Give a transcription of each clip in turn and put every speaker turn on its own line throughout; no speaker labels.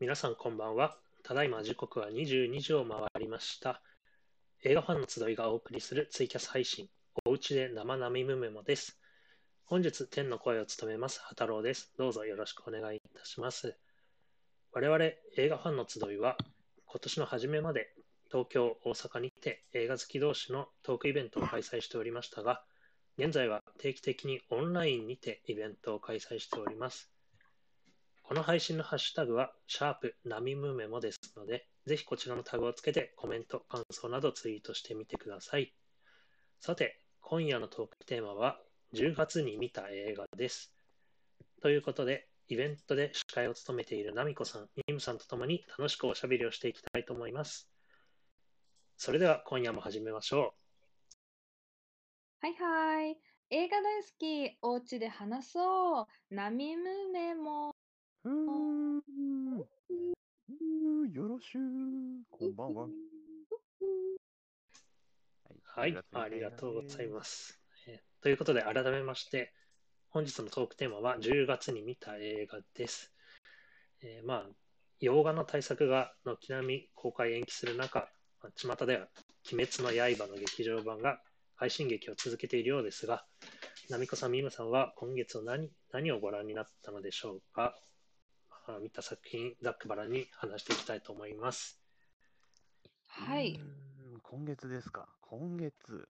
皆さんこんばんは。ただいま時刻は22時を回りました。映画ファンの集いがお送りするツイキャス配信、おうちで生並むメモです。本日、天の声を務めます、波太郎です。どうぞよろしくお願いいたします。我々映画ファンの集いは、今年の初めまで東京、大阪にて映画好き同士のトークイベントを開催しておりましたが、現在は定期的にオンラインにてイベントを開催しております。この配信のハッシュタグは、シャープナミムメモですので、ぜひこちらのタグをつけてコメント、感想などツイートしてみてください。さて、今夜のトークテーマは、10月に見た映画です。ということで、イベントで司会を務めているナミコさん、ミムさんとともに楽しくおしゃべりをしていきたいと思います。それでは今夜も始めましょ
はいはい。映画大好き、お家で話そう。ナミムメモ。
ふーん。うーよろしゅう。こんばんは。。
う。 はい、ありがとうございますす。えーということで、改めまして、本日のトークテーマは10月に見た映画です。えーまあ、洋画の対策が軒並み公開延期する中、まあ巷では鬼滅の刃の劇場版が配信劇を続けているようですが、ナミコさん、ミムさんは今月を何何をご覧になったのでしょうか、まあ見た作品、ざっくばらんに話していきたいと思います。
は
う
い。
ーん。今月ですか。今月。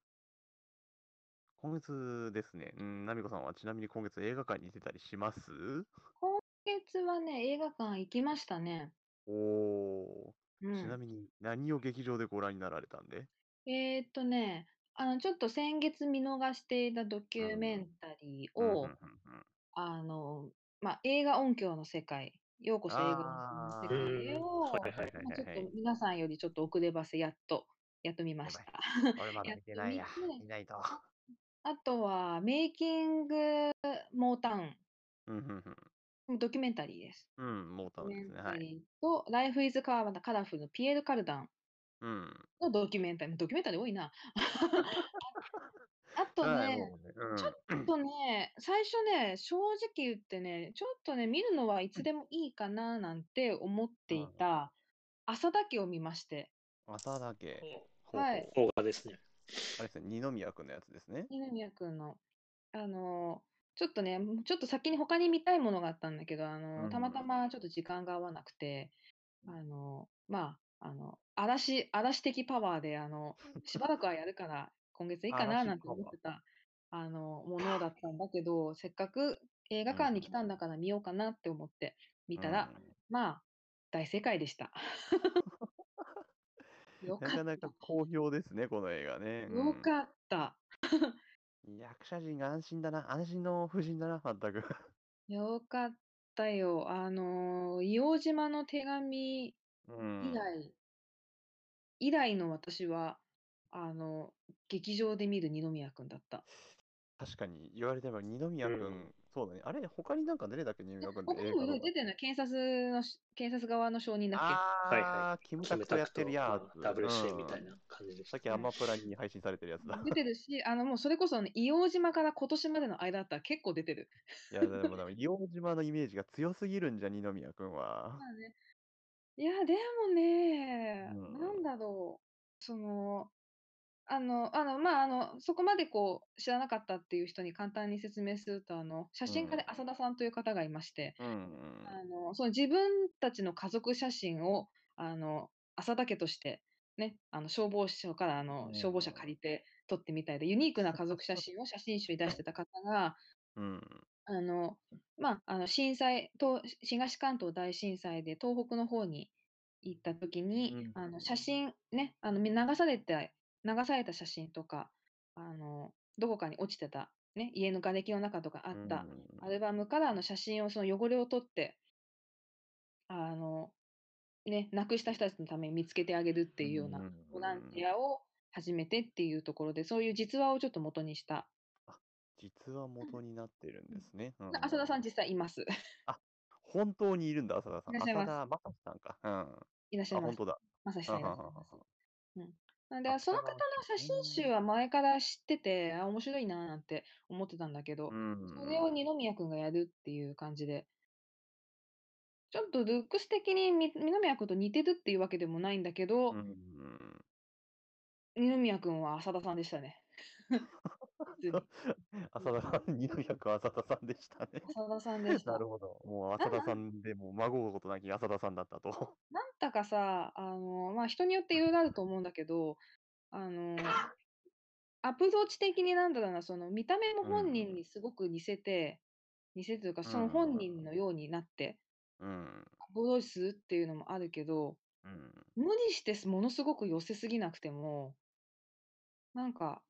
今月ですね。うん、ナミコさんはちなみに今月映画館に出てたりします
今月はね、映画館行きましたね。
おお、
う。
ちなんみに何を劇場でご覧になられたんで
えーっとね、あの、ちょっと先月見逃していたドキュメンタリー
うん
を、
うんうんうん
あの、まあ、映画音響の世界、ようこそ映画音響の世界
あー
を、
はいはい
はい
まあちょっ
はい
と皆さんよりちょっと遅ればせ、やっと、やっと見ました
や。 俺まだ
やっ
見て
と
ない
見
や
て。
見ないと。
あとは、メイキングモータウン。
うんうん
うんドキュメンタリーです。
うん。うん、モータ
ド
ウ
キュ
ンで
メ
す
ン
ね。
タ
はい。
リーと、ライフイズカーダカラフルのピエール・カルダン
うん。
のドキュメンタリー。ドキュメンタリー多いな。ああと
はい
ね、
もうねうん
ちょっあとね、最初ね、正直言ってね、ちょっとね、見るのはいつでもいいかななんて思って
う
い
ん
た、朝だけを見まして、
朝だけ。ほう
は
ほう
い
ほう
邦画ですね。
あれですね、二宮君のやつですね。
二宮君の、あの、ちょっとね、もうちょっと先に他に見たいものがあったんだけど、あの、たまた
うん
まちょっと時間が合わなくて、あの、まあ、あの、嵐、嵐的パワーで、あ の、しばらくはやるから、今月いいかな、
嵐
なんて
パワー
思ってた、あの、ものだったんだけど、せっかく映画館に来たんだから見ようかなって思って見たら、まあ、大正解でした。 よ
うん、
か
な
った。
かなか好評ですね、この映画ね。
よ
うん
かった。
役者陣が安心だな、安心の夫人だな、まったく。
よかったよ。あの、硫黄島の手紙
うん
以来、以来の私は、あの、劇場で見る二宮君だった。
確かに言われてみれば二宮君、
うん
そうだね。あれ、他になんか出てたっけ、二宮君っ
他
て
に
映
も
画
いろい
の
ろ。出てない検察のし、検察側の証人だっけ
ああ、
はい
キム
キ
タ
ム
クと
タ
やっ
クと
てるやつ。
ダブル C
うん
みたいな感じでした
さっ。きアマプラに配信されてるやつだ。
出てるし、あの、もうそれこそ、ね、硫黄島から今年までの間だったら結構出てる。
いや、でも、でも、硫黄島のイメージが強すぎるんじゃ、二宮君は
ま。あね、いや、でもね、
うん
なんだろう、その、あの、あの、まあ、あの、そこまでこう、知らなかったっていう人に簡単に説明すると、あの、写真家で
うん
浅田さんという方がいまして、
うん、うん。
あの、その自分たちの家族写真を、あの、浅田家として、ね、あの消防署からあの消防車
うん
借りて撮ってみたいで、ユニークな家族写真を写真集に出してた方が、
うん。
あの、まあ、あの震災東、東関東大震災で東北の方に行った時に、
うん
あの写真ね、あのみ流されて、流された写真とか、あの、どこかに落ちてた、ね、家の瓦礫の中とかあった、
うん
アルバムからあの写真をその汚れを取ってあのね亡くした人たちのために見つけてあげるっていうような
うん
ボランティアを始めてっていうところでそういう実話をちょっと元にした、
実は元になってるんですね。う
浅田さん実際います
本当にいるんだ、浅田さん。
いらっしゃいます
浅田正史さんか。うん。あ、
いらっしゃいま
本
す
当だ。
まさしさんいらっしゃいますなんで
あ
その
北
方
川
の
さん
写真集は前から知っててあ面白いなーなんて思ってたんだけど、
うん。
それを二宮君がやるっていう感じでちょっとルックス的にみ二宮君と似てるっていうわけでもないんだけど、
うん。
二宮君は浅田さんでしたね。 普通に
浅田さん、二宮君浅田さんでした ね。
浅田さんでした。
な
な
る
ん
ほど。もう浅田さんでもう孫のことなき浅田さんだったと。
だかさ、あの、まあ、人によっていろいろあると思うんだけど、あの、アプローチ的になんだろうな、その見た目も本人にすごく似せて、似せてというか、その本人のようになって、
うん。
アプローチするっていうのもあるけど、
うん。
無理してすものすごく寄せすぎなくても、なんか、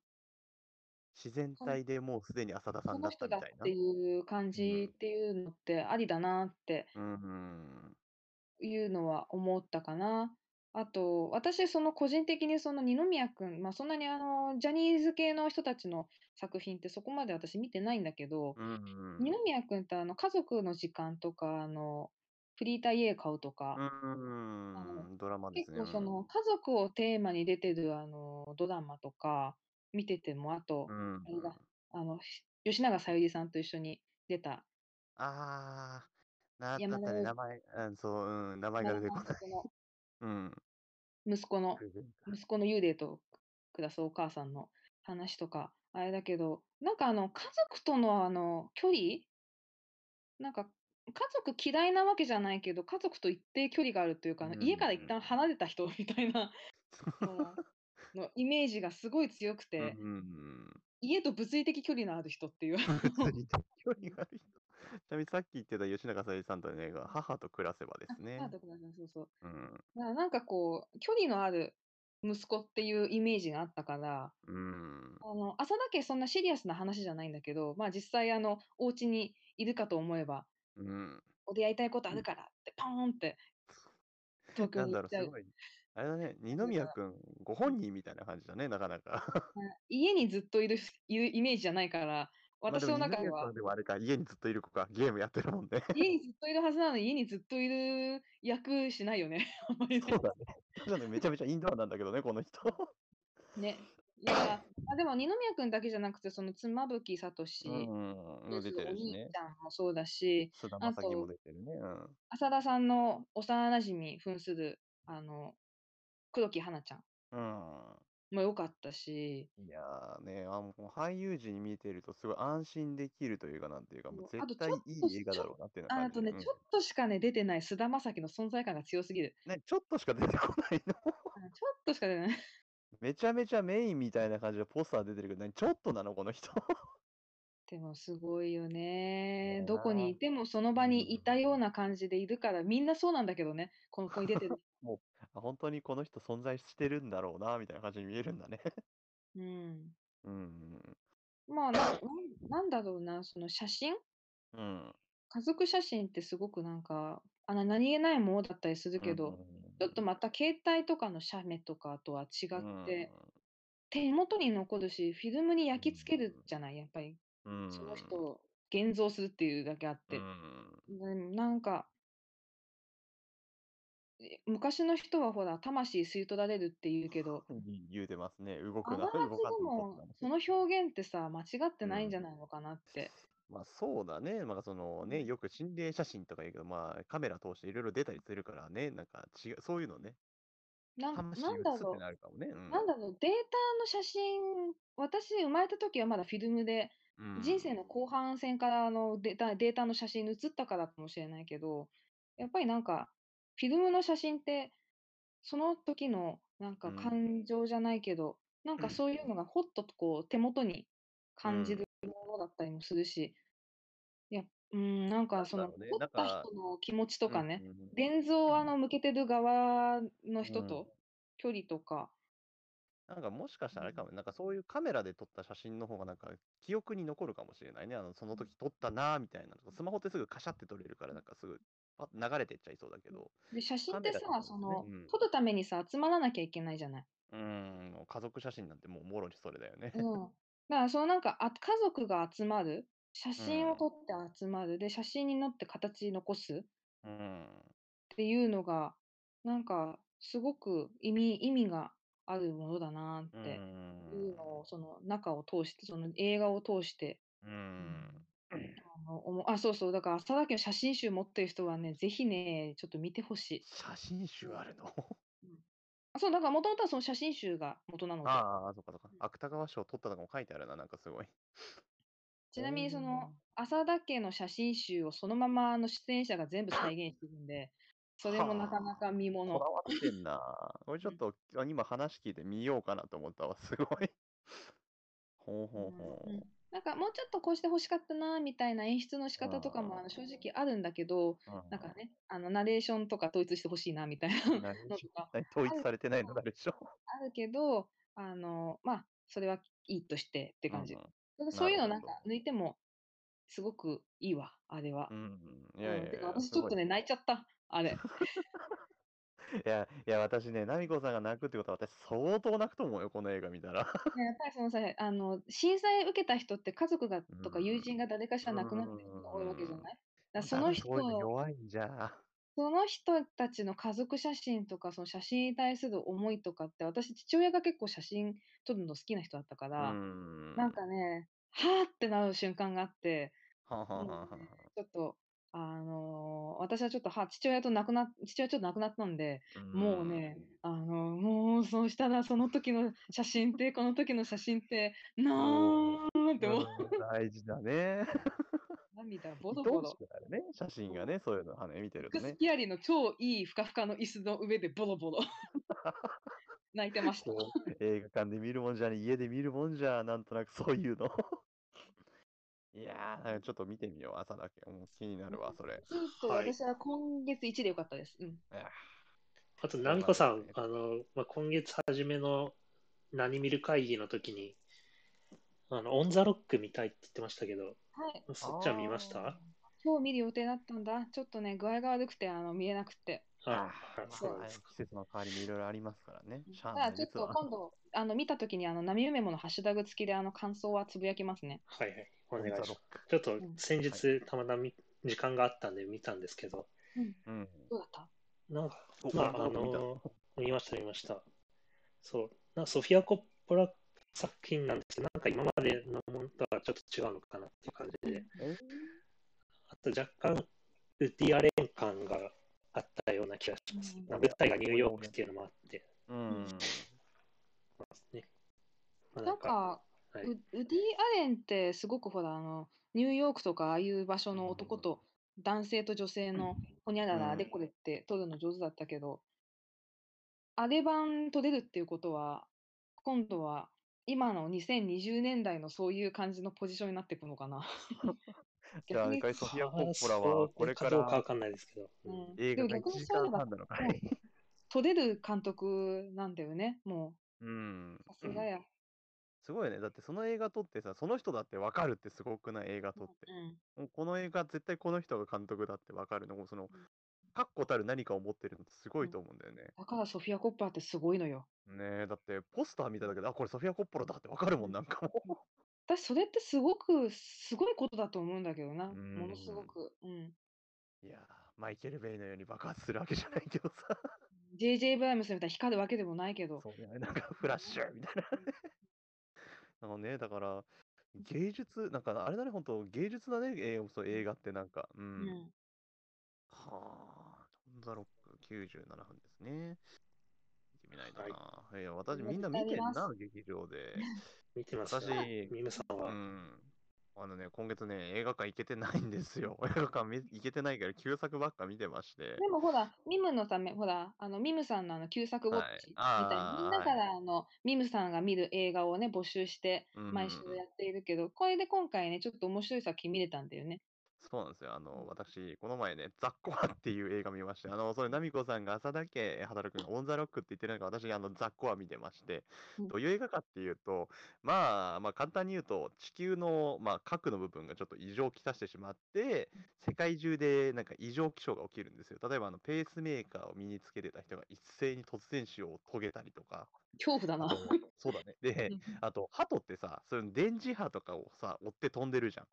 自然体でもうすでに浅田さ
こ
ん
の
だった
人
み
だった
いな
て。いう感じっていうのってありだなって
うん。
いうのは思ったかな。あと、私、その個人的にその二宮君、まあ、そんなにあのジャニーズ系の人たちの作品ってそこまで私見てないんだけど、
うん。
二宮君ってあの家族の時間とか、あのフリータイエー買うとか、
うん。ドラマです
結構
ね。
その家族をテーマに出てるあのドラマとか見てても、あと、
うん。
あれだあのし吉永小百合さんと一緒に出た
あー、な
山
だったね、
田洋
名前、うん、そう、うん、名前が
山
出
田
てこ
監督の
ない。うん。
息子の息子の幽霊と暮らすお母さんの話とかあれだけどなんかあの家族とのあの距離なんか家族嫌いなわけじゃないけど家族と一定距離があるというか、あの家から一
うん
旦離れた人みたい なののイメージがすごい強くて、
うん。
家と物理的距離のある人っていう
物理的距離がある人。 ちなみにさっき言ってた吉永小百合さんとの映画、母と暮らせばですね
あ。ごめんなさいそうそう
う
だ
ん。
からなんかこう、距離のある息子っていうイメージがあったから、
うん。
あの浅田家そんなシリアスな話じゃないんだけど、まあ実際あの、お家にいるかと思えば、
うん。
お出会いたいことあるからって、ポーンって、東京
なん
に行っ
だろう、
ちゃ
す
う。
ごい。あれだね、二宮くん、ご本人みたいな感じだね、なかなか。
家にずっといるいるイメージじゃないから、
まあで
私
も
の中
二
で
宮
は
くん、でもあれか、家にずっといる子か、ゲームやってるもん ね。
家にずっといるはずなのに、家にずっといる役しないよね、 あんまりね
そうだね。 そうだね、めちゃめちゃインドアなんだけどね、この 人。
ね。いや、あでも二宮君だけじゃなくて、その妻夫木聡、
うん。
で
出て
お
るし
兄ち
ね。
ゃんもそうだし、
菅田
あ
将暉
と
も出てるね。うん。
浅田さんの幼馴染に扮するあの黒木華ちゃん
う
も良かったし、
ん。いやーね、あもう俳優陣に見てるとすごい安心できるというかなんていうか、もう
そうあと
絶
ち
対
ょっ
い
と
い映画だろうなっていうのを
あ
感
あと
じる。
ね、
うん
ちょっとしかね出てない菅田将暉の存在感が強すぎる。
ね、ちょっとしか出てこないの。
あちょっとしか出てない。
めちゃめちゃメインみたいな感じでポスター出てるけど、何ちょっとなのこの人。
でもすごいよね
ね。
どこにいてもその場にいたような感じでいるから、みんなそうなんだけどね、この子に出て る。
あ本当にこの人存在してるんだろうな、みたいな感じに見えるんだね。
うん、
うん。
まあななん、なんだろうな、その写真
うん。
家族写真ってすごくなんか、あの何気ないものだったりするけど、ちょっとまた携帯とかの写メとかとは違
うん、
って、手元に残るし、フィルムに焼き付けるじゃない、やっぱり。
うん、
その人を現像するっていうだけあっ
う
て。
ん。
うんなんか、え昔の人はほら、魂吸い取られるって言うけど、
言うてますね。動
あ
く
な
な、
が
動
ち
かんと
で
こ
も、その表現ってさ、間違ってないんじゃないのかなって。
まあそうだね。まあそのね、
うん
よく心霊写真とか言うけど、まあカメラ通していろいろ出たりするからね、なんか違う、そういうのね、
なん
魂
なん
映
だ
っ
ろ
て
う。
なるかもね。うん。
なんだろうデータの写真、私生まれた時はまだフィルムで、
うん
人生の後半戦からあのデータデータの写真に移ったからかもしれないけど、やっぱりなんか、フィルムの写真って、その時のなん
う
か
ん
感情じゃないけど、なんかそういうのがほっとこう手元に感じるものだったりもするし、いや、うん、なん
なん
か
だ
その、
ろうね
撮っ
な
た
んか
人の気持ちとかね、
うんうん
現像をあ
う
の向けてる側の人
うん
と距離とか、
なんかもしかしたらあれかも、なんかそういうカメラで撮った写真の方がなんか記憶に残るかもしれないね。あの、その時撮ったなーみたいな。スマホってすぐカシャって撮れるから、なんかすぐパッ流れてっちゃいそうだけど。
で写真
カ
っ
メ
て
ラ
さ
とかも、
そ
ね
の
うん
撮るためにさ、集まらなきゃいけないじゃない。
うん、もう家族写真なんてもうもろにそれだよね。
うん、だからそのなんかあ家族が集まる写真
う
を
ん
撮って集まる、で写真になって形に残すっ
うん。
ていうのがなんかすごく意味意味があるものだな
う
って
ん。
いうのをその中を通してその映画を通して
うん。
あの思うあ、そうそう、だから浅田家の写真集持ってる人はね、ぜひね、ちょっと見てほしい。
写真集あるの
あそう、だからもともとはその写真集が元なので、
ああ、そっかそっか。芥川賞取ったとかも書いてあるな、なんか すごい。
ちなみにその浅田家の写真集をそのままあの出演者が全部再現してるんで、それもなかなか見
おー。
もの
こだ。わってんな。これちょっとあ今話聞いてみようかなと思ったわ、すごい。ほうほうほう。
うんなんかもうちょっとこうして欲しかったなみたいな演出の仕方とかもあ
あー
の正直あるんだけど、
うん
なんかね、あのナレーションとか統一してほしいなみたいな
ナレー
の
シ
とか
ョン統一されてないのなるでしょ。
あるけど、あのまあ、それはいいとしてって感じ。
うん
だからそういうの
な
なん
るほ
か
ど
抜いてもすごくいいわ、あれは。
うん。うんいやい
うん
やい
てか
や、
私
す
ちょ
ご
っ
い
とね、泣いちゃった、あれ。
いや、いや、私ね、ナミコさんが泣くってことは、私、相当泣くと思うよ、この映画見たら。
ねやっぱりそのさあの震災受けた人って家族がとか
うん
友人が誰かしら亡くなってる人が多いわけじゃないだからそ
ダメ
の人
そういうの弱いんじゃ。
その人たちの家族写真とかその写真に対する思いとかって私父親が結構写真撮るの好きな人だったか
う
ら、
ん。
なんかねはーってなる瞬間があって
はんはんはんはんはん、
ちょっとあのー私はちょっとは父親と亡くな父親ちょっと亡くなったんでもうね、あの、もう、そうしたら、その時の写真って、この時の写真って、なーんって
うん。
思う。
うん大事だね。
涙ボ
愛
ロボ
おし
ロ。
くなるね、写真がね、そういうの、はね、見てる
ル
と
ク
ね
ス。ピアリの超いいふかふかの椅子の上でボロ ボロ。泣いてました。
こう
映画館で見るもんじゃね、家で見るもんじゃ、なんとなくそ ういうの。いやー、なんかちょっと見てみよう、朝だけ。うん気になるわ、それ。
ちょっと
はい
私は今月1でよかったです。うん。
いや
あと、南子さん、
そ
あの、まあ、今月初めの何見る会議の時に、あの、オン・ザ・ロック見たいって言ってましたけど、
はい。
そっちは見ました
今日見る予定だったんだ。ちょっとね、具合が悪くて、あの、見えなくて。
ー
あ
まあ
そうなんですか
季。節の変わりもいろいろありますからね。しゃ
た
あ
だ
ない
ちょっ
実は
と今度、あの、見たときに、あの、波梅ものハッシュタグ付きで、あの、感想はつぶやきますね。
はいはい。お願いしま
オンザ
す
ロッ。ク
ちょっと先日、たまたま見時間があったんで見たんですけど、
うん。
どうだった
なんか、
お
ま
オン
あ、
ザ
あ
ロック見た
の、見ました、見ました。そう。なんかソフィア・コッポラ作品なんですけど、なんか今までのものとはちょっと違うのかなっていう感じで、
え
あと若干、ウディ・アレン感があったような気がします。
うん
舞台がニューヨークっていうのもあって、
ーうん。
ね。まあ
なん、か、
はいう
ウディ・アレンってすごくほらあのニューヨークとかああいう場所の男と男性と女性のほにゃら
う
ら
ん
でこれって撮るの上手だったけど、あれ版撮れるっていうことは今度は今の2020年代のそういう感じのポジションになっていくのかな。
じゃあ、
逆
あれ
に
かいソフィア・コ
あー
ッポラ
そ
は
う、
これか
どうかわ
ら
かんないですけど。う
う
ん
ん
映
で
画
も
が1
逆に
時
そうい
間
えば
半なのか
もう
い。
撮れる監督なんだよねも
うん。
うさすがや。
すごいね。だってその映画撮ってさ、その人だってわかるってすごくない映画撮って。
うん
もうこの映画絶対この人が監督だってわかるのもうその、確固たる何かを持ってるのってすごいと思うんだよね。
だからソフィア・コッパーってすごいのよ。
ねえ、だってポスター見ただけで、あ、これソフィア・コッポラだってわかるもん、なんかもう。
私それってすごくすごいことだと思うんだけどな、ものす
う
ご
ん
く、うん、
いやー、マイケル・ベイのように爆発するわけじゃないけどさ。
JJ ブライムスみたいに光るわけでもないけど
そうね、なんかフラッシュみたいな。 あのね、だから、芸術、なんかあれだね、本当芸術だね、えーそう映画ってなんか。う。
うんん、
はあ、オンザロック97分ですね。見てみないと
はい
な。い、や、私
映画
みんな
絶対
見てん
見ます
な、劇場で。
見てます
私、
よ。ミムさん
う
は。
ん。あのね、今月ね、映画館行けてないんですよ。 映画館見行けてないから、旧作ばっか見てまして。
でもほらミムのためほらあのミムさんのあの旧作ウォッ
はい
チみたいな、
あー
みんなからあのミムさんが見る映画をね募集して毎週
うん
やっているけど、これで今回ねちょっと面白い作品見れたんだよね。
そうなんですよ。あの、
うん
私、この前ね、ザッコアっていう映画見まして、あの、それ、ナミコさんが朝だけ働くのオンザロックって言ってる中、私、あの、ザッコア見てまして
うん、
どういう映画かっていうと、まあ、まあ、簡単に言うと、地球の、まあ、核の部分がちょっと異常をきたしてしまって、世界中でなんか異常気象が起きるんですよ。例えば、あの、ペースメーカーを身につけてた人が一斉に突然死を遂げたりとか、
恐怖だ
あ
な。
とそうだね。で
う、ん
あと、鳩ってさ、そういう電磁波とかをさ、追って飛んでるじゃん、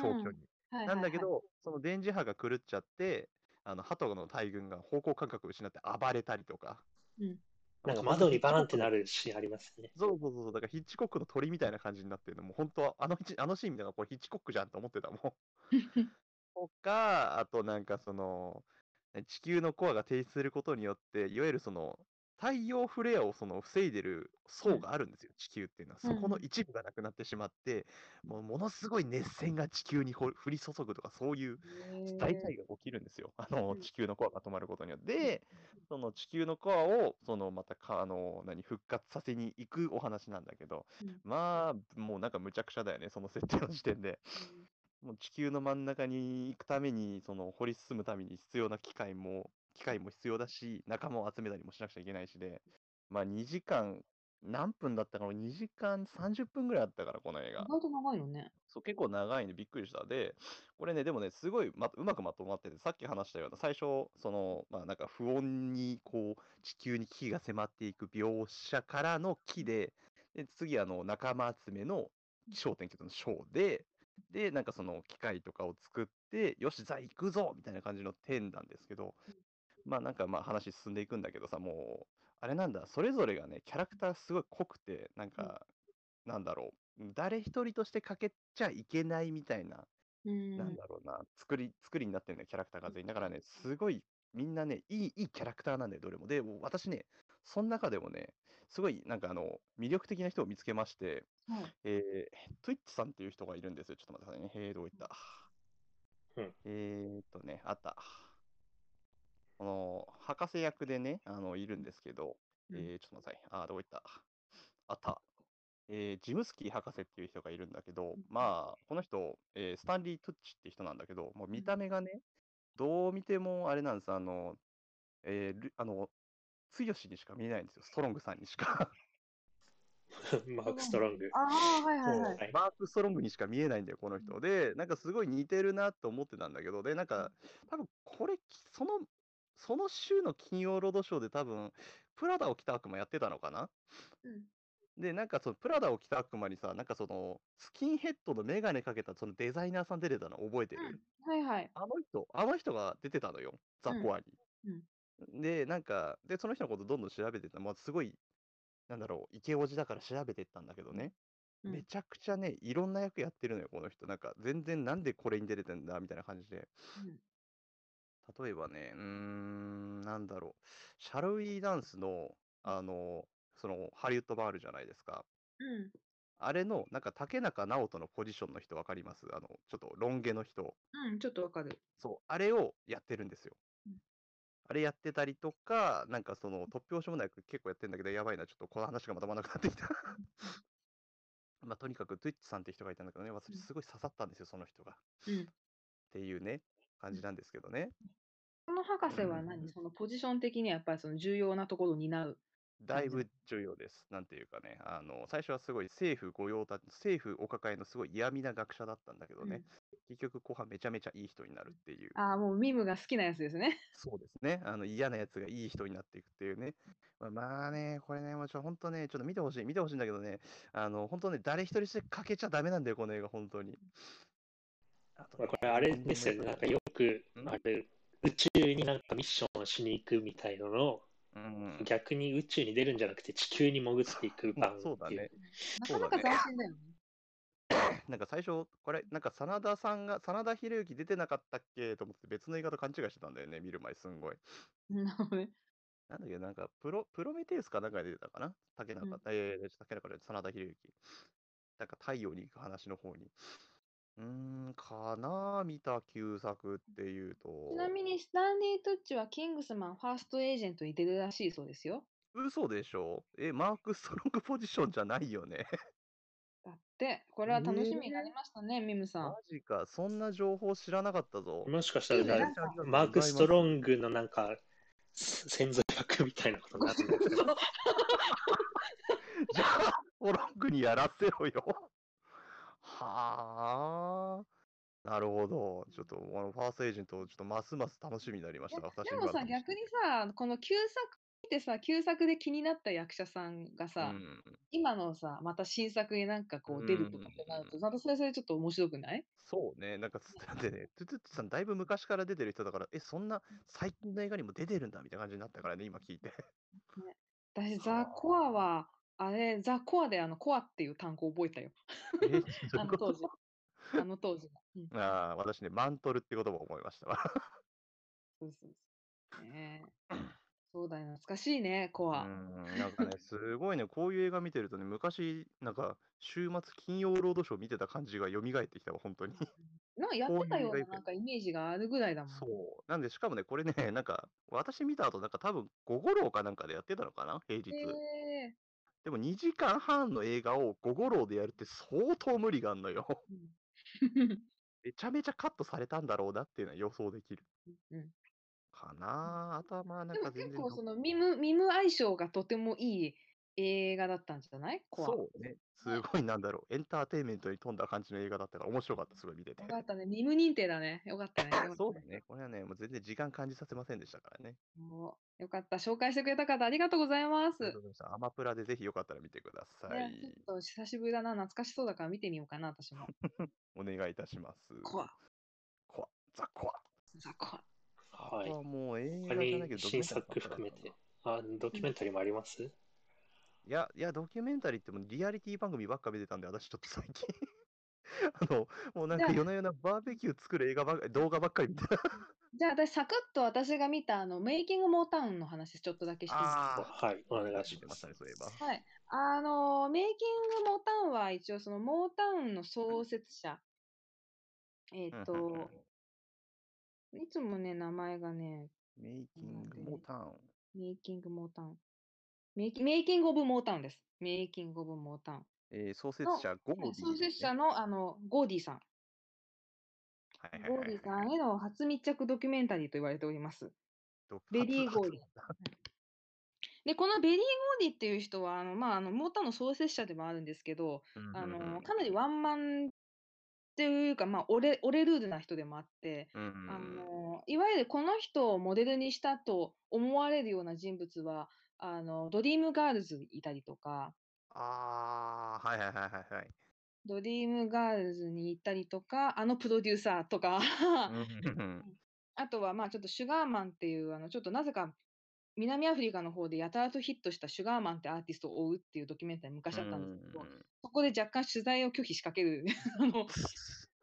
長距
はい
離。
はいはい
なんだけど、その電磁波が狂っちゃって、あの、鳩の大群が方向感覚を失って暴れたりとか、
うん
なんか窓にバーンってなるシーンあります よね。
そうそうそうそう、だからヒッチコックの鳥みたいな感じになってるのも、本当はあのヒッチあのシーン見たら、これヒッチコックじゃんと思ってたもん。 とか、あとなんかその、地球のコアが停止することによって、いわゆるその、太陽フレアをその防いでる層があるんですよ、地球っていうのは。そこの
うん
一部がなくなってしまって、もうものすごい熱線が地球にほ降り注ぐとか、そういう大体が起きるんですよ。あの、
うん
地球のコアが止まることによって。で、その地球のコアを、そのまたか、あの、何、復活させに行くお話なんだけど、
うん
まあ、もうなんか無茶苦茶だよね、その設定の時点で。 もう地球の真ん中に行くために、その掘り進むために必要な機械も、機械も必要だし、仲間を集めたりもしなくちゃいけないしで、まあ2時間、何分だったかな ?2 時間30分ぐらいあったから、この映
意
画。
外と長いのね。
そう結構長いんでびっくりした。で、これね、でもね、すごい、ま、うまくまとまってて、さっき話したような、最初、その、まあなんか不穏に、こう、地球に危機が迫っていく描写からの木で、で次、あの、仲間集めの焦点との章で、で、なんかその機械とかを作って、よし、じゃあ行くぞみたいな感じの点なんですけど、まあなんかまあ話進んでいくんだけどさ、もう、あれなんだ、それぞれがね、キャラクターすごい濃くて、なんか、なんだろう、誰一人として欠けちゃいけないみたいな、
うん。
なんだろうな、作り、作りになってるんだよ、キャラクターが全員。だからね、すごい、みんなね、いい、いいキャラクターなんだよ、どれも。で、もう私ね、その中でもね、すごい、なんかあの、魅力的な人を見つけまして、
はい
えー、トゥイッチさんっていう人がいるんですよ。ちょっと待ってくださいね。えー、どういった。
うん
えーっとね、あった。この、博士役でね、あの、いるんですけど、
うん
えー、ちょっと待ってください。あー、どういった。あった。えージムスキー博士っていう人がいるんだけど、
うん
まあ、この人、えースタンリー・トゥッチって人なんだけど、もう見た目がね、どう見てもあれなんです、あの、えールあの、つよしにしか見えないんですよ、ストロングさんにしか。
マーク・ストロング。
ああ、はいはいはい。
はい
マーク・ストロングにしか見えないんだよ、この人。で、なんかすごい似てるなと思ってたんだけど、で、なんか、多分これ、その、その週の金曜ロードショーで多分、プラダを着た悪魔やってたのかな
うん
で、なんかそのプラダを着た悪魔にさ、なんかその、スキンヘッドのメガネかけたそのデザイナーさん出てたの覚えてる、
はいはい。
あの人、あの人が出てたのよ、ザ・
うん
コアに。
うん
で、なんか、で、その人のことどんどん調べてった、まあ、すごい、なんだろう、イケオジだから調べてったんだけどね、
うん
めちゃくちゃね、いろんな役やってるのよ、この人。なんか、全然なんでこれに出れてんだ、みたいな感じで。
うん
例えばね、うーん、なんだろう、シャルウィーダンスの、あの、その、ハリウッドバールじゃないですか。
うん
あれの、なんか、竹中直人のポジションの人わかりますあの、ちょっとロン毛の人。
うん、ちょっとわかる。
そう、あれをやってるんですよ
うん。
あれやってたりとか、なんかその突拍子もない結構やってんだけど、やばいな、ちょっとこの話がまとまらなくなってきた。 まあ、とにかく、トゥイッチさんって人がいたんだけどね、私
うん
すごい刺さったんですよ、その人が。っ
うん。
ていうね、感じなんですけどね。
この博士は
うん
何そのポジション的にはやっぱりその重要なところを担う。
だい
感じ
ぶ重要です。なんていうかね、あの、最初はすごい政府御用達、政府お抱えのすごい嫌味な学者だったんだけどね、結局後半めちゃめちゃいい人になるっていう。
ああ、もうミムが好きなやつです ね。
そうですね。あの嫌なやつがいい人になっていくっていうね。まあ、まあね、これね、もうちょ、本当ね、ちょっと見てほしい、見てほしいんだけどね、あの、本当ね、誰一人してかけちゃダメなんだよ、この映画、本当に。あと
まあ
ね
これあれですよね、なんかよく
うん
ある宇宙になんかミッションをしに行くみたいのの、
うん、
逆に宇宙に出るんじゃなくて地球に潜っていく版
そうだ
っていう
ね。
な
そ
か
う
な
だね
か斬新だよね。
なんか最初、これ、なんか真田さんが、真田広之出てなかったっけと思って別の映画と勘違いしてたんだよね、見る前、すんごい。
なるほどね
なんだっけ、なんかプロ、プロメテウスかなんかで出てたかな竹中、
うん
えー、竹中じゃない真田広之。なんか太陽に行く話の方に。うーん、かなあ見た旧作っていうと。
ちなみにスタンリー・トゥッチはキングスマンファーストエージェントに出るらしいそうですよ。
嘘でしょえ、マーク・ストロングポジションじゃないよね。
だって、これは楽しみにな
ね
りましたね、ミムさ
マ
ん。
ジか、そんな情報知らなかったぞ。
もしかした
い
ら
いね
じゃあ
なんか
マーク・ストロ
ン
ングのなんか潜在役みたいなことになってる
グ。じゃあ、ストロングにやらせろよ。はあ。なるほど。ちょっと、あの、ファーストエージェント、ちょっとますます楽しみになりました。私
で
の
もさ、
番組
逆にさ、この旧作見てさ、旧作で気になった役者さんがさ、
うん
今のさ、また新作になんかこう出るとかってなると、またそれはそれでちょっと面白くない
そうね、なんか、だってね、トゥトゥッツさん、だいぶ昔から出てる人だから、え、そんな最近の映画にも出てるんだみたいな感じになったからね、今聞いて。
私、ザ・コアは、あれ、ザ・コアであの、コアっていう単語覚 えたよ。
え
あの当時。あの当時は。うん
ああ、私ね、マントルって言葉を思いましたわ。
そうそうそう。ねえそうだよ、懐かしいね、コア。
うん、なんかね、すごいね、こういう映画見てるとね、昔、なんか、週末金曜ロードショー見てた感じが蘇ってきたわ、本当に。
なんかやってたよ
こういうう映
な、
画
なんかイメージがあるぐらいだもん。
そう。なんで、しかもね、こ れね、なんか、私見た後、なんか多分、午後郎かなんかでやってたのかな、平日。
へえ
でも、2時間半の映画を午後郎でやるって相当無理があんのよ。
うん。
めちゃめちゃカットされたんだろうなっていうのは予想できる。
うん
かなあ頭なん
でも
か全
結
然
構そのミム、ミム相性がとてもいい映画だったんじゃないコア。
そうね。すごいなんだろう。エンターテインメントに富んだ感じの映画だったから面白かった、すごい見てて
よ。かったね。ミム認定だね。よかったね。よかった
そうだね。これはね、もう全然時間感じさせませんでしたからね。
およかった。紹介してくれた方、ありがとうございま
あ
す。
りがとうございましたアマプラでぜひよかったら見てください。
ね、ちょっと久しぶりだな。懐かしそうだから見てみようかな、私 も。
お願いいたします。
コア。
コア。ザコア。
ザコア。
あ
はい
と。はもう映
他
画じゃな
に
いけど、ドキュメ
新
ンタリ
作
ーばっか
含
り
め
だな
て、あドキュメンタリーもあります
いや、いや、ドキュメンタリーってもうリアリティ番組ばっか見てたんで、私ちょっと最近。 あの、もうなん
じ
か
ゃあ
夜な夜なバーベキュー作る映画ばっか動画ばっかり見てた。
じゃあ私、サクッと私が見たあのメイキングモータウンの話、ちょっとだけしていいですか
あー
はい、お願い
見
してま
ますした。 ね、そういえば。
はい、あのメイキングモータウンは一応そのモータウンの創設者、えっ、
うんうんうん
と、いつもね名前がね
メイキングもターン。
メイキングモータウンメイキメイキングオブモータウンですメイキングオブモータウン
えー、創設
の
者ゴーディ
創
で
設
すね
者のあのゴーディさん
はいはい
ゴ
は
ー
い
デ
は
ィさ
い
んへの初密着ドキュメンタリーと言われております
ド
ベリー
初
ゴーディでこのベリー・ゴーディっていう人はあの、まあ、あのモータウンの創設者でもあるんですけど、
うん
あ
うんう
の
ん
かなりワンマンっていうか、まあ、俺俺ルールな人でもあって、
うんうん
あ
うん
のいわゆるこの人をモデルにしたと思われるような人物はあのドリームガールズいたりとか
あー、はいはいはいはいはい。
ドリームガールズに行ったりとかあのプロデューサーとか、
うんうんうん
あとはまあちょっとシュガーマンっていうあのちょっとなぜか南アフリカの方でやたらとヒットしたシュガーマンってアーティストを追うっていうドキュメンタリー昔あったんですけど、
うん
そこで若干取材を拒否しかける あの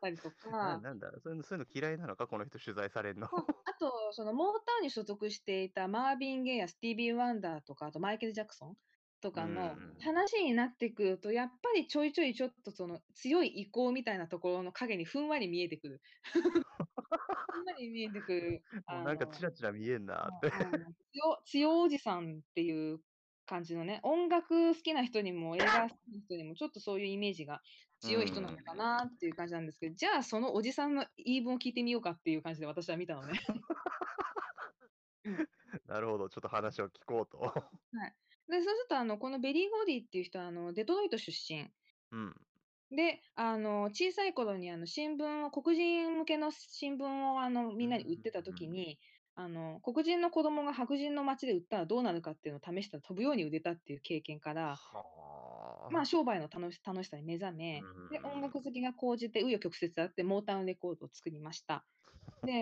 たりと
な
か、
なんだそういうの、そういうの嫌いなのか、この人取材されるの。
あとそのモータウンに所属していたマービン・ゲイやスティービー・ワンダーとかあとマイケル・ジャクソンとか
うんう
の
ん
話になってくるとやっぱりちょいちょいちょっとその強い意向みたいなところの影にふんわり見えてくる ふんわり見えてくる
も
あ
うなんか
の
チラチラ見えんな
も
ー
う
って。
あの強強おじさんっていう感じのね音楽好きな人にも映画好きな人にもちょっとそういうイメージが強い人なのかなっていう感じなんですけど、じゃあそのおじさんの言い分を聞いてみようかっていう感じで私は見たのね。
なるほど、ちょっと話を聞こうと。
でそうするとあのこのベリー・ゴーディっていう人はあのデトロイト出身
うん。
であの小さい頃にあの新聞を黒人向けの新聞をあのみんなに売ってた時
うんうん
に。あの黒人の子供が白人の街で売ったらどうなるかっていうのを試したら飛ぶように売れたっていう経験から、
は
まあ、商売の楽し楽しさに目覚め、で
うん
音楽好きが高じて紆余曲折あってモータウンレコードを作りました。 で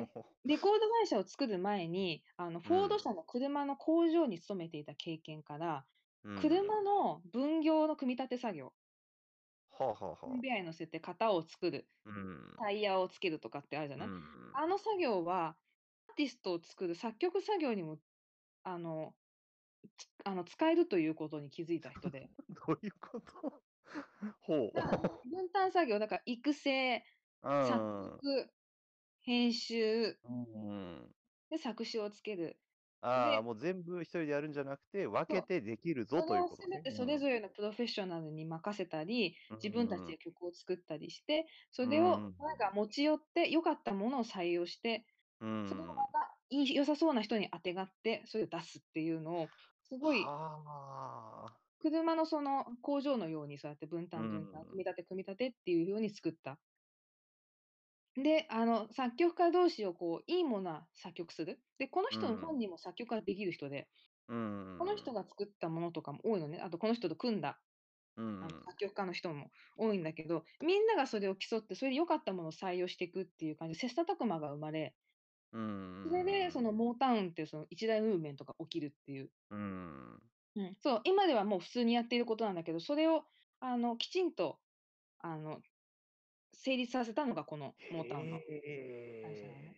レコード会社を作る前にあのフォード社の車の工場に勤めていた経験から、
うん
車の分業の組み立て作業
はあはあはあ。
コンベヤーに乗せて型を作る
うん
タイヤをつけるとかってあるじゃない、
うん
あの作業はアーティストを作る作曲作業にもあのつあの使えるということに気づいた人で。
どういうことほ
だから分担作業だから育成
う。
作曲、編集
うん。うん
で作詞をつける。
あ
で
あ、もう全部一人でやるんじゃなくて、分けてできるぞ
そ
とい
れ
う
を
こと
全て
ね。
それぞれのプロフェッショナルに任せたり、
うん
自分た
うん
ち
うん
で曲を作ったりして、それを
うんうん
なんか持ち寄って良かったものを採用して、
うん
それをまたいい良さそうな人にあてがって、それを出すっていうのを、すごい
はあ
車のその工場のようにそうやって分
うん
担分担
うん
組み立て組み立てっていうように作った。であの作曲家同士をこういいものは作曲する。でこの人
う
の
んうん
本人も作曲ができる人で、
うん
この人が作ったものとかも多いのね。あとこの人と組んだ
うん
あの作曲家の人も多いんだけど、みんながそれを競ってそれで良かったものを採用していくっていう感じで切磋琢磨が生まれ、
うん
それでそのモータウンっていうその一大ムーブメントが起きるっていう
うん
うん、そう今ではもう普通にやっていることなんだけどそれをあのきちんとあの成立させたのがこのモーターの。会社だね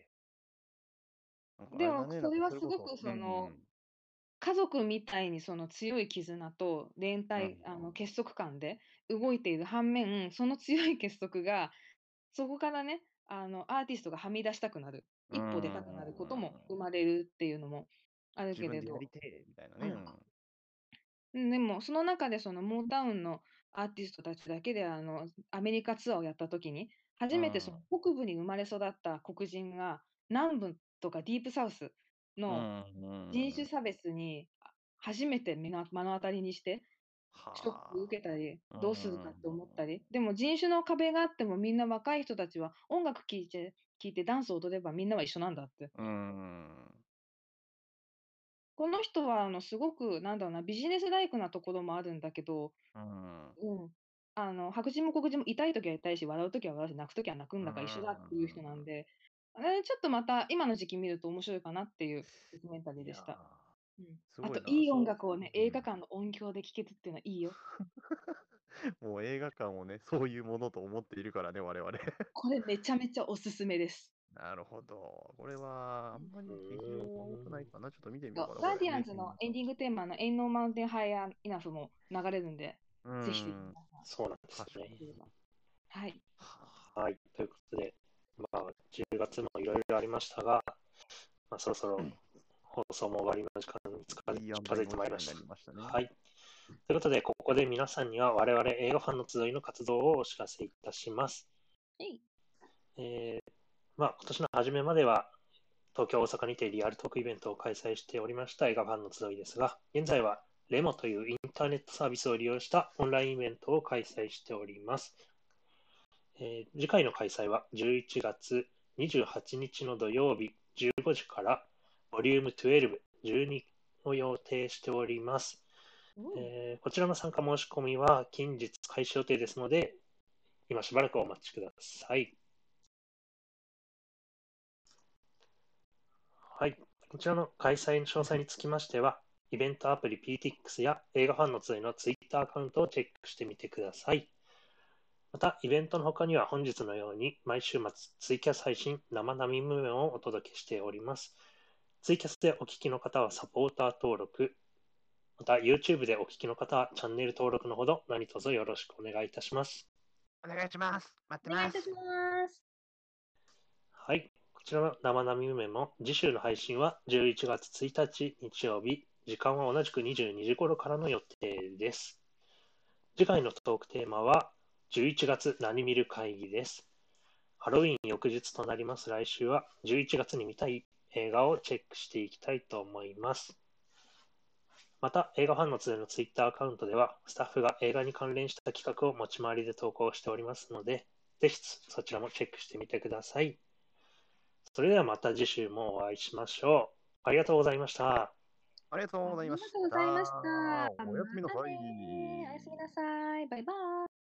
へ
なんかあ
で
れ
も
だね
それは
なんかこ
すごくその
うんうん
家族みたいにその強い絆と連帯、
うん
あの結束感で動いている反面その強い結束がそこからねあのアーティストがはみ出したくなる一歩出たくなることも生まれるっていうのもある
自
け
分
れ
で
ど
やりてえみたいなね。
うんうんでもその中でそのモータウンのアーティストたちだけであのアメリカツアーをやった時に初めてその北部に生まれ育った黒人が南部とかディープサウス
う
の
んうん
人種差別にあ初めて目の目の当たりにしてショックを受けたり
あ
どうするかって思ったりでも人種の壁があってもみんな若い人たちは音楽聴いて聴いてダンスを踊ればみんなは一緒なんだって
うん
この人はあのすごくなんだろうなビジネスライクなところもあるんだけど、
う
う
ん
ん、あの白人も黒人も痛い時は痛いし笑う時は笑うし泣く時は泣くんだから一緒だっていう人なんであれちょっとまた今の時期見ると面白いかなっていうドキュメンタリーでし
いや
た。うん
す
あ
ごい
と
ない
い
そう
音楽をね、
うん
映画館の音響で聴けるっていうのはいいよ。
ーもう映画館をね、そういうものと思っているからね、我々。
これめちゃめちゃおすすめです。
なるほど。これは、あんまり劇場は多くないかな。ちょっと見てみようかな。
ガーディアンズのエンデ
ィ
ィングテーマの「エンノーマウンテンハイアイナフ」も流れるんで、
ン
ぜひぜひ
は
皆
ーそうなんです
確か
ね
さん。見れば。はい。
あ
はい、ということで、まあ、10月もいろいろありましたが、まあ、そろそろ放送も終わりの時間に近づ
いい塩
近づ
梅
いてまいりま
の時間
した
になり。ましたね。
はい。ということで、ここで皆さんには我々映画ファンの集いの活動をお知らせいたします。
はい
えーまあ、今年の初めまでは、東京、大阪にてリアルトークイベントを開催しておりました映画ファンの集いですが、現在はレモというインターネットサービスを利用したオンラインイベントを開催しております。えー次回の開催は11月28日の土曜日15時から、ボリューム12、12を予定しております。えーこちらの参加申し込みは近日開始予定ですので、今しばらくお待ちください。はい、こちらの開催の詳細につきましては、イベントアプリ PTX や映画ファンの集いの Twitter アカウントをチェックしてみてください。また、イベントの他には本日のように毎週末ツイキャス配信生並無面をお届けしております。ツイキャスでお聞きの方はサポーター登録、また YouTube でお聞きの方はチャンネル登録のほど何卒よろしくお願いいたします。
お願いします。待って
お願い
ま
いたし
す。
ます。
はい。こちらの生並み夢も次週の配信は11月1日日曜日、時間は同じく22時頃からの予定です。次回のトークテーマは11月何見る会議です。ハロウィン翌日となります来週は11月に見たい映画をチェックしていきたいと思います。また映画ファンの通のツイッターアカウントではスタッフが映画に関連した企画を持ち回りで投稿しておりますので、ぜひそちらもチェックしてみてください。それではまた次週もお会いしましょう。ありがとうございました。
ありがとうございました。
ありがとうございました。
おやすみなさい。
またねおやすみなさい。バイバイ。